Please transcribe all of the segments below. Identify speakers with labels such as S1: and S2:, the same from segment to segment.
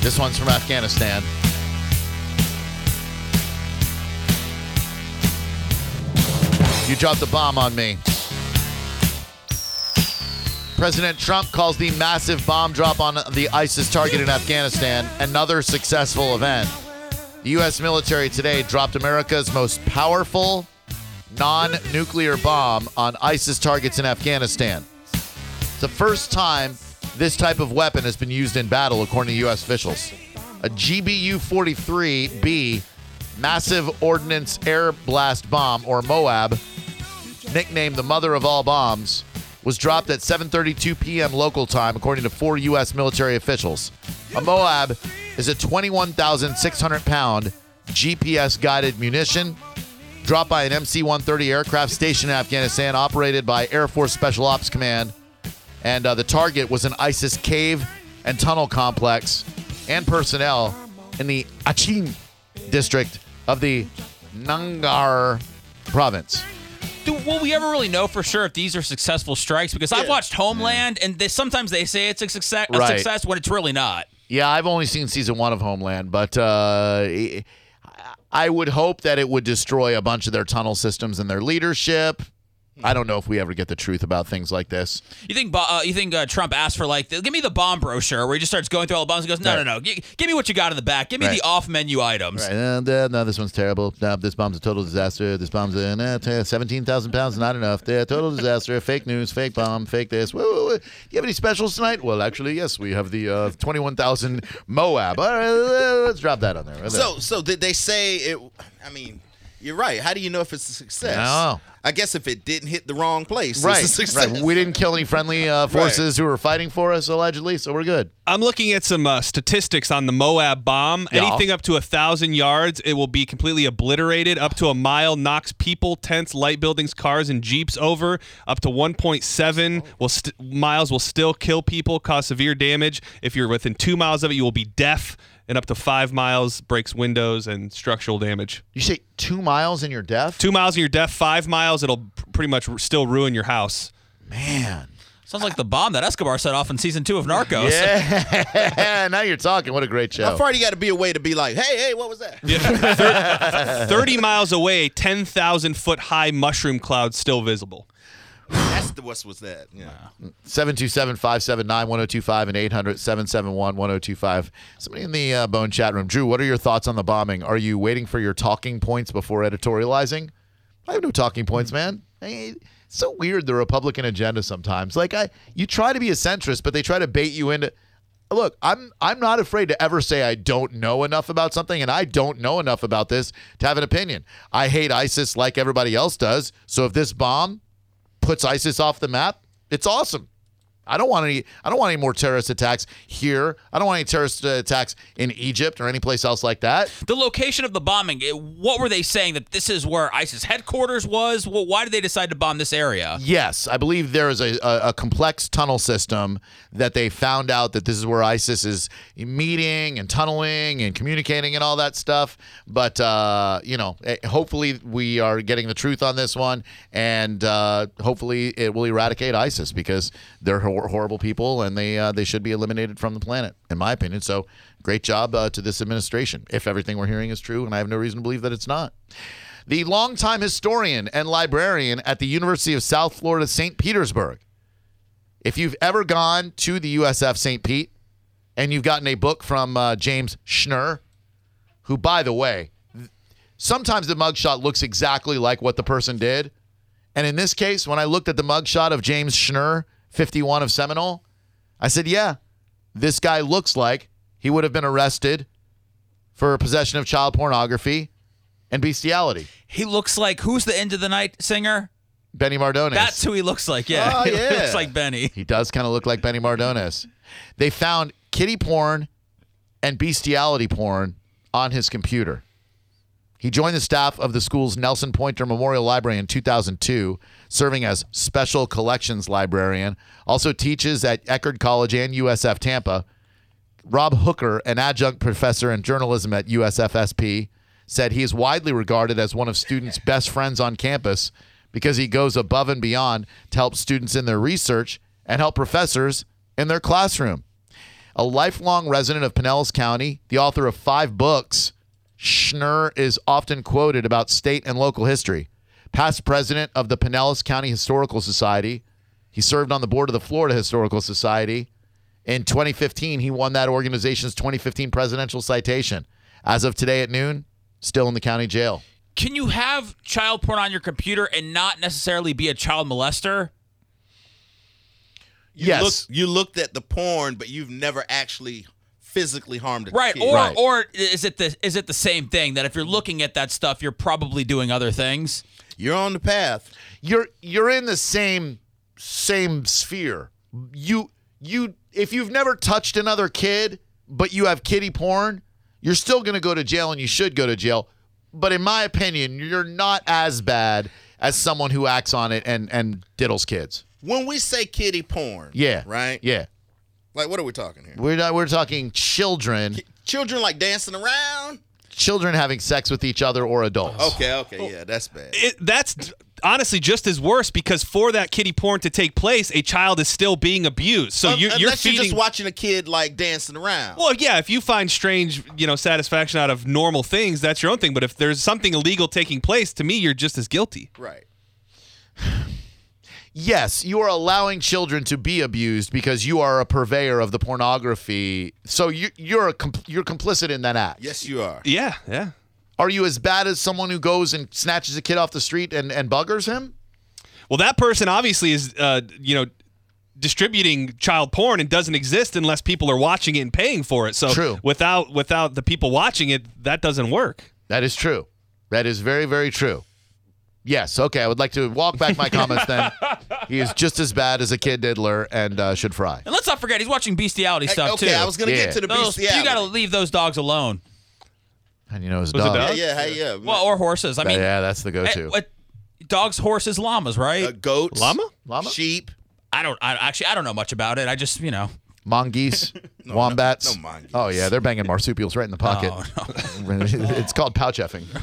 S1: This one's from Afghanistan. You dropped a bomb on me. President Trump calls the massive bomb drop on the ISIS target in Afghanistan another successful event. The U.S. military today dropped America's most powerful non nuclear bomb on ISIS targets in Afghanistan. It's the first time this type of weapon has been used in battle, according to U.S. officials. A GBU 43B Massive Ordnance Air Blast Bomb, or MOAB, nicknamed the mother of all bombs, was dropped at 7:32 p.m. local time, according to four U.S. military officials. A MOAB is a 21,600-pound GPS-guided munition dropped by an MC-130 aircraft stationed in Afghanistan, operated by Air Force Special Ops Command, and uh, the target was an ISIS cave and tunnel complex and personnel in the Achin district of the Nangar province.
S2: Do, will we ever really know for sure if these are successful strikes? Because I've watched Homeland, and they, sometimes they say it's a success, a
S1: Right.
S2: success when it's really not.
S1: Yeah, I've only seen season one of Homeland, but uh, I- I would hope that it would destroy a bunch of their tunnel systems and their leadership. I don't know if we ever get the truth about things like this.
S2: You think Bo- uh, you think uh, Trump asked for like, give me the bomb brochure where he just starts going through all the bombs and goes, no,
S1: Right.
S2: no, no, G- give me what you got in the back, give me
S1: Right.
S2: the off menu items.
S1: Right. Uh, no, no, this one's terrible. No, this bomb's a total disaster. This bomb's a no, t- 17,000 pounds, not enough. Yeah, total disaster. Fake news, fake bomb, fake this. Whoa, whoa, whoa. Do you have any specials tonight? Well, actually, yes, we have the uh, 21,000 Moab. All right, uh, let's drop that on there. Right
S3: So, so did they say it? I mean, you're right. How do you know if it's a success?
S1: No.
S3: I guess if it didn't hit the wrong place,
S1: there.
S3: it's a
S1: right,
S3: success.
S1: right. We didn't kill any friendly uh, forces who were fighting for us, allegedly, so we're good.
S4: I'm looking at some uh, statistics on the Moab bomb.
S2: Yeah.
S4: Anything up to a thousand yards, it will be completely obliterated. Up to a mile, knocks people, tents, light buildings, cars, and jeeps over. Up to 1.7 will st- miles will still kill people, cause severe damage. If you're within two miles of it, you will be deaf. And up to five miles breaks windows and structural damage.
S1: You say two miles in your death?
S4: Two miles and you're deaf. Five miles, it'll pr- pretty much r- still ruin your house.
S1: Man.
S2: Sounds like the bomb that Escobar set off in season two of Narcos.
S1: Yeah, now you're talking. What a great
S3: How
S1: show.
S3: far do you got to be away to be like, hey, hey, what was that?
S4: Thirty miles away, ten thousand foot high mushroom cloud still visible.
S3: That's the what was that? Yeah.
S1: 727-579-1025 and 800-771-1025. Somebody in the uh, Bone chat room. Drew, what are your thoughts on the bombing? Are you waiting for your talking points before editorializing? I have no talking points, man. Hey, it's so weird the Republican agenda sometimes. Like I you try to be a centrist, but they try to bait you into Look, I'm I'm not afraid to ever say I don't know enough about something and I don't know enough about this to have an opinion. I hate ISIS like everybody else does. So if this bomb puts ISIS off the map, it's awesome. I don't want any. I don't want any more terrorist attacks here. I don't want any terrorist uh, attacks in Egypt or any place else like that.
S2: The location of the bombing, it, what were they saying that this is where ISIS headquarters was? Well, why did they decide to bomb this area?
S1: Yes, I believe there is a, a, a complex tunnel system that they found out that this is where ISIS is meeting and tunneling and communicating and all that stuff. But uh, you know, eh, hopefully we are getting the truth on this one, and uh, hopefully it will eradicate ISIS because they're hor- horrible people and they uh, they should be eliminated from the planet, in my opinion. So great job uh, to this administration if everything we're hearing is true, and I have no reason to believe that it's not. The longtime historian and librarian at the University of South Florida, St. Petersburg. If you've ever gone to the USF St. Pete and you've gotten a book from uh, James Schnurr, who, by the way, th- sometimes the mugshot looks exactly like what the person did. And in this case, when I looked at the mugshot of James Schnurr, 51 of Seminole, I said, yeah, this guy looks like he would have been arrested for possession of child pornography and bestiality.
S2: He looks like who's the end of the night singer?
S1: Benny Mardones.
S2: That's who he looks like. Yeah,
S1: Ah,
S3: Oh,
S2: he
S3: yeah.
S2: looks like Benny.
S1: he does kind of look like Benny Mardones. They found kitty porn and bestiality porn on his computer. He joined the staff of the school's Nelson Pointer Memorial Library in 2002, serving as special collections librarian. Also teaches at Eckerd College and USF Tampa. Rob Hooker, an adjunct professor in journalism at USFSP, said he is widely regarded as one of students' best friends on campus because he goes above and beyond to help students in their research and help professors in their classroom. a lifelong resident of Pinellas County, the author of five books, Schnurr is often quoted about state and local history. Past president of the Pinellas County Historical Society, he served on the board of the Florida Historical Society. In 2015, he won that organization's 2015 presidential citation. As of today at noon, still in the county jail.
S2: Can you have child porn on your computer and not necessarily be a child molester?
S3: You
S1: Yes.
S3: Look, you looked at the porn, but you've never actually physically harmed a
S2: Right.
S3: kid.
S2: Or
S1: Right.
S2: or is it the is it the same thing that if you're looking at that stuff, you're probably doing other things?
S3: You're on the path.
S1: You're you're in the same same sphere. You you if you've never touched another kid, but you have kitty porn, you're still going to go to jail and you should go to jail. But in my opinion, you're not as bad as someone who acts on it and and diddles kids.
S3: When we say kiddie porn,
S1: Yeah.
S3: right?
S1: Yeah.
S3: Like, what are we talking here?
S1: We're not, we're talking children,
S3: Children like dancing around?
S1: children having sex with each other or adults.
S4: Oh.
S3: Okay, okay, yeah, that's bad.
S4: it, that's honestly just as worse because for that kitty porn to take place, a child is still being abused. So
S3: Un-
S4: you're,
S3: Unless
S4: you're
S3: you're
S4: feeding.
S3: just watching a kid like dancing around.
S4: well, yeah, if you find strange, you know, satisfaction out of normal things, that's your own thing. But if there's something illegal taking place, to me, you're just as guilty.
S3: Right.
S1: Yes, you are allowing children to be abused because you are a purveyor of the pornography. So you, you're a compl- you're complicit in that act.
S3: Yes, you are.
S4: Yeah, yeah.
S1: Are you as bad as someone who goes and snatches a kid off the street and, and buggers him?
S4: Well, that person obviously is, uh, you know, distributing child porn and doesn't exist unless people are watching it and paying for it. So
S1: True.
S4: without without the people watching it, that doesn't work.
S1: That is true. That is very very true. Yes. Okay. I would like to walk back my comments. Then he is just as bad as a kid diddler and uh, should fry.
S2: And let's not forget he's watching bestiality
S3: Hey,
S2: stuff
S3: okay,
S2: too.
S3: I was gonna
S1: Yeah.
S3: get to the
S2: Those-
S3: beast. uh,
S2: you got to leave those dogs alone.
S1: And you know his
S4: Was it
S1: dog.
S4: dog?
S3: yeah, yeah, hey, uh, yeah.
S2: Well, or horses. I mean,
S1: yeah, that's the
S2: eh,
S1: go-to.
S2: what- dogs, horses, llamas, right?
S3: uh, goats,
S4: Llama?
S1: Llama?
S3: sheep,
S2: I don't. I actually I don't know much about it. I just you know.
S1: Mongoose, wombats.
S3: no mongoose.
S1: Oh yeah, they're banging marsupials right in the pocket.
S2: Oh,
S1: it's called pouch effing.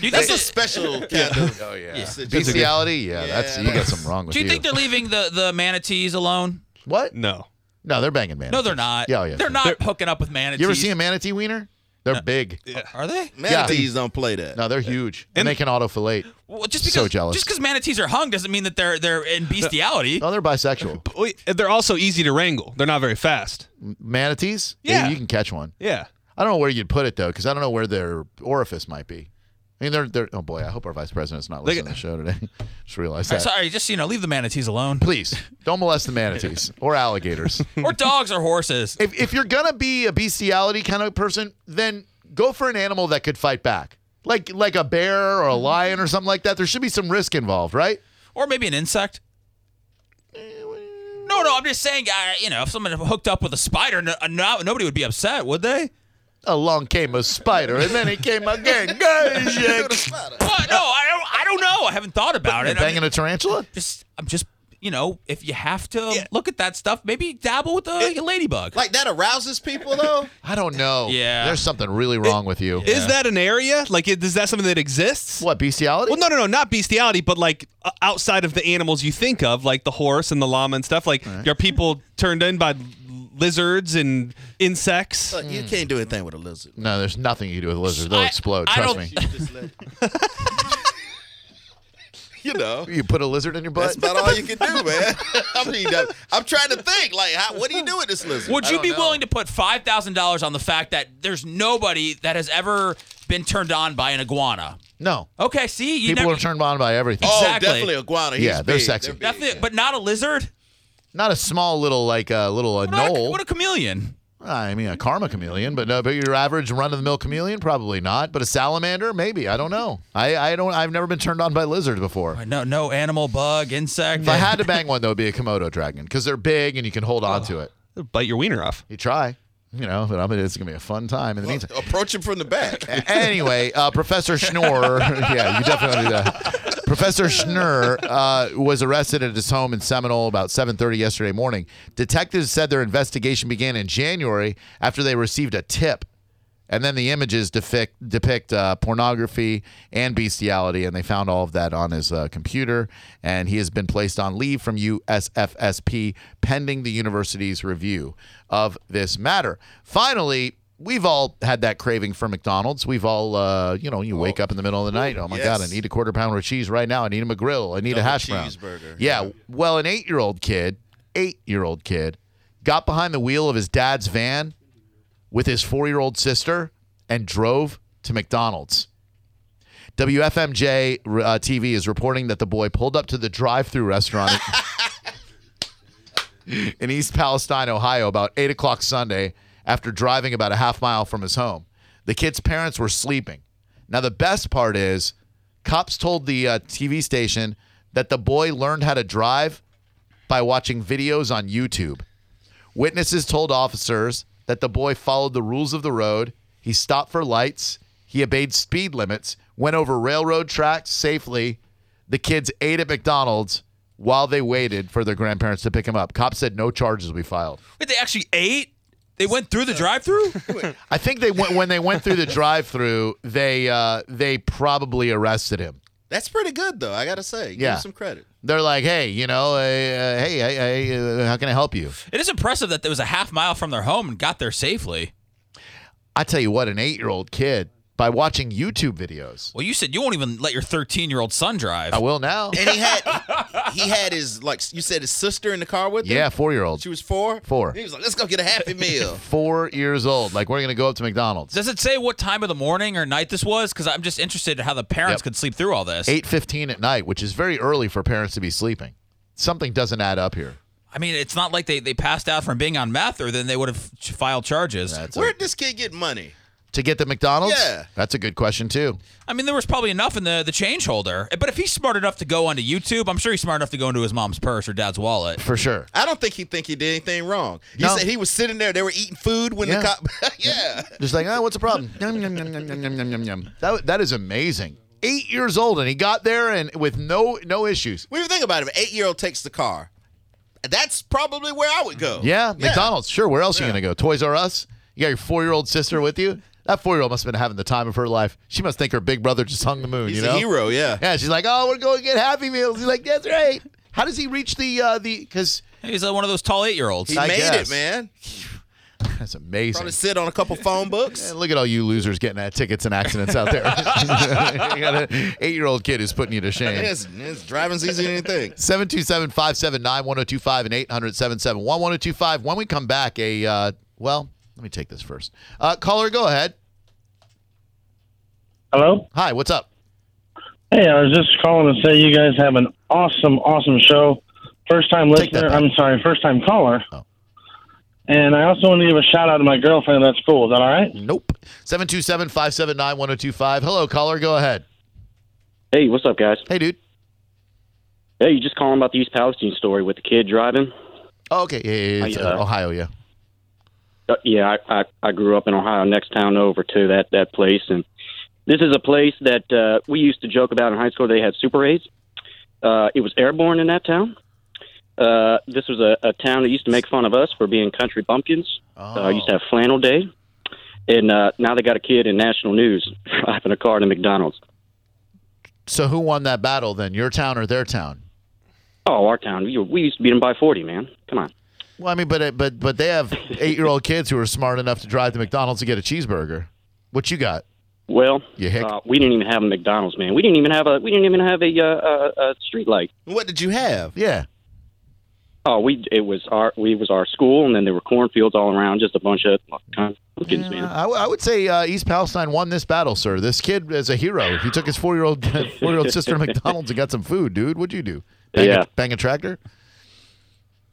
S2: You
S3: That's
S2: think-
S3: a special kind of.
S1: Oh yeah,
S3: It's a-
S1: bestiality. Yeah, that's you got
S3: that's-
S1: something wrong with
S2: do you think they're leaving the the manatees alone?
S1: what?
S4: No.
S1: No, they're banging manatees.
S2: No, they're not.
S1: Yeah, oh, yeah,
S2: They're
S1: sure.
S2: not hooking up with manatees.
S1: You ever see a manatee wiener? They're big.
S2: Are they?
S3: Manatees don't play that.
S1: No, they're huge, and, they can autofillate.
S2: Well, just because
S1: So jealous.
S2: just because manatees are hung doesn't mean that they're they're in bestiality.
S1: No, they're bisexual.
S4: Well, They're also easy to wrangle. They're not very fast.
S1: Manatees?
S4: Yeah.
S1: you can catch one.
S4: Yeah.
S1: I don't know where you'd put it though, because I don't know where their orifice might be. I mean, they're they're. Oh boy, I hope our vice president's not listening to the show today. Just realized that.
S2: Sorry, just you know, leave the manatees alone.
S1: Please don't molest the manatees or alligators.
S2: or dogs or horses.
S1: if, if you're gonna be a bestiality kind of person, then go for an animal that could fight back, like like a bear or
S2: Mm-hmm.
S1: a lion or something like that. There should be some risk involved, right?
S2: Or maybe an insect. No, no, I'm just saying, uh, you know, if someone hooked up with a spider, no, uh, no, nobody would be upset, would they?
S1: Along came a spider, and then he came again. Guys, yeah.
S2: What? No, I don't, I don't know. I haven't thought about it. I'm
S1: Banging a tarantula?
S2: just, I'm just, you know, if you have to look at that stuff, maybe dabble with the ladybug.
S3: Like that arouses people though.
S1: I don't know.
S2: Yeah.
S1: there's something really wrong with you.
S4: Is that an area? Like, it- is that something that exists?
S1: what bestiality?
S4: Well, no, no, no, not bestiality, but like o- outside of the animals you think of, like the horse and the llama and stuff. Like, are people turned in by lizards and insects?
S3: Look, you can't do anything with a lizard.
S1: No, there's nothing you can do with lizards. They'll
S2: I-
S1: explode.
S2: I
S1: Trust
S2: don't-
S1: me.
S3: Just let- you know.
S1: You put a lizard in your butt?
S3: That's about all you can do, man. I mean, I'm, I'm trying to think. Like, how, what do you do with this lizard?
S2: Would you
S1: don't
S2: be
S1: know.
S2: willing to put five thousand dollars on the fact that there's nobody that has ever been turned on by an iguana?
S1: no.
S2: Okay, see, you
S1: People
S2: never,
S1: are turned on by everything.
S3: Oh,
S2: Exactly.
S3: definitely iguana. He's
S1: Yeah, they're
S3: big.
S1: sexy.
S3: big,
S2: nothing,
S3: yeah.
S2: but not a lizard.
S1: Not a small little like uh, little uh,
S2: Not a,
S1: knoll.
S2: what a chameleon.
S1: I mean, a karma chameleon, but no, but your average run-of-the-mill chameleon, probably not. But a salamander, maybe. I don't know. I, I don't. I've never been turned on by lizards before.
S2: No, no animal, bug, insect.
S1: If I had to bang one, though, it'd be a komodo dragon because they're big and you can hold on to it.
S4: Bite your wiener off.
S1: You try, you know. But I'm, it's gonna be a fun time in the meantime.
S3: Approach him from the back.
S1: anyway, uh, Professor Schnorr, yeah, you definitely do that. Professor Schnorr uh, was arrested at his home in Seminole about 7:30 yesterday morning. Detectives said their investigation began in January after they received a tip And then the images depict, depict uh, pornography and bestiality, and they found all of that on his uh, computer. And he has been placed on leave from USFSP pending the university's review of this matter. Finally, we've all had that craving for McDonald's. We've all, uh, you know, you wake up in the middle of the night. Oh my God, I
S3: Oh, yes.
S1: need a quarter pounder of cheese right now. I need a McGrill. I need a
S3: Double
S1: hash brown.
S3: cheeseburger.
S1: Yeah. Well, an eight year old kid, eight year old kid, got behind the wheel of his dad's van with his four year old sister and drove to McDonald's. WFMJ uh, TV is reporting that the boy pulled up to the drive through restaurant in East Palestine, Ohio, about 8 o'clock Sunday after driving about a half mile from his home. The kid's parents were sleeping. Now, the best part is cops told the uh, TV station that the boy learned how to drive by watching videos on YouTube. Witnesses told officers that the boy followed the rules of the road. He stopped for lights. He obeyed speed limits, went over railroad tracks safely. The kids ate at McDonald's while they waited for their grandparents to pick him up. Cops said no charges will be filed.
S2: Wait, they actually ate? They went through the drive-through?
S1: I think they went when they went through the drive-through, they uh, they probably arrested him.
S3: That's pretty good though. I gotta say, give
S1: Yeah.
S3: him some credit.
S1: They're like, "Hey, you know, uh, uh, hey, hey, hey, uh, how can I help you?"
S2: it is impressive that there was a half mile from their home and got there safely.
S1: I tell you what, an 8-year-old kid by watching YouTube videos.
S2: Well, you said you won't even let your 13-year-old son drive.
S1: I will now.
S3: And he had he had his like you said his sister in the car with him.
S1: Yeah, 4-year-old.
S3: she was four.
S1: Four.
S3: He was like, let's go get a happy meal.
S1: four years old. Like we're gonna go up to McDonald's.
S2: Does it say what time of the morning or night this was? Because I'm just interested in how the parents
S1: Yep.
S2: could sleep through all this.
S1: Eight fifteen at night, which is very early for parents to be sleeping. Something doesn't add up here.
S2: I mean, it's not like they, they passed out from being on meth, or then they would have filed charges.
S1: That's a-
S3: Where'd this kid get money?
S1: to get the McDonald's.
S3: Yeah.
S1: that's a good question too.
S2: I mean, there was probably enough in the, the change holder. But if he's smart enough to go onto YouTube, I'm sure he's smart enough to go into his mom's purse or dad's wallet.
S1: For sure.
S3: I don't think he think he did anything wrong. He
S1: No.
S3: said he was sitting there. They were eating food when
S1: Yeah.
S3: the cop. yeah.
S1: Just like, oh, what's the problem? Yum, yum, yum, yum, yum, yum, yum, yum, yum. That that is amazing. Eight years old, and he got there and with no no issues.
S3: When you think about it, an eight year old takes the car. That's probably where I would go.
S1: Yeah, McDonald's. Sure. Where else are you gonna go? Toys R Us. You got your four year old sister with you. That four year old must have been having the time of her life. She must think her big brother just hung the moon.
S3: He's
S1: you know,
S3: a hero. Yeah.
S1: Yeah, she's like, "Oh, we're going to get Happy Meals." He's like, "That's right." How does he reach the uh, the? Because
S2: He's like one of those tall eight year olds.
S3: He
S1: I
S3: made
S1: guess.
S3: it, man.
S1: that's amazing.
S3: Probably sit on a couple phone books.
S1: And look at all you losers getting at tickets and accidents out there. you got an eight-year-old kid who's putting you to shame.
S3: Yes, yes, driving's easier than anything.
S1: 727-579-1025 and 800-771-1025. When we come back, a uh, well, let me take this first. Uh, caller, go ahead.
S5: Hello.
S1: Hi, what's up?
S5: Hey, I was just calling to say you guys have an awesome, awesome show. First time
S1: Take that
S5: listener.
S1: back.
S5: I'm sorry, first time caller.
S1: Oh.
S5: And I also want to give a shout out to my girlfriend. That's cool. Is that all right?
S1: Nope. 727-579-1025. Hello, caller, go ahead.
S6: Hey, what's up, guys?
S1: Hey, dude.
S6: Hey, you just calling about the East Palestine story with the kid driving?
S1: Oh, okay. Yeah, yeah, yeah. It's,
S6: Hi,
S1: uh,
S6: uh,
S1: Ohio, yeah.
S6: Uh, yeah, I, I I grew up in Ohio, next town over to that that place, and this is a place that uh, we used to joke about in high school. They had Super Eights. Uh, it was airborne in that town. Uh, this was a, a town that used to make fun of us for being country bumpkins. I
S1: Oh.
S6: uh, used to have flannel day, and uh, now they got a kid in national news driving a car to McDonald's.
S1: So who won that battle then? Your town or their town?
S6: Oh, our town. We, we used to beat them by forty, man. Come on.
S1: Well, I mean, but but but they have eight-year-old kids who are smart enough to drive to McDonald's to get a cheeseburger. What you got?
S6: Well,
S1: You hick.
S6: uh, we didn't even have a McDonald's, man. We didn't even have a we didn't even have a uh, a, a street light.
S3: What did you have?
S1: Yeah.
S6: Oh, we it was our we it was our school, and then there were cornfields all around, just a bunch of pumpkins,
S1: Yeah,
S6: man.
S1: I, w- I would say uh, East Palestine won this battle, sir. This kid is a hero. He took his four-year-old four-year-old sister to McDonald's and got some food, dude. What'd you do? Bang
S6: Yeah.
S1: A, bang a tractor?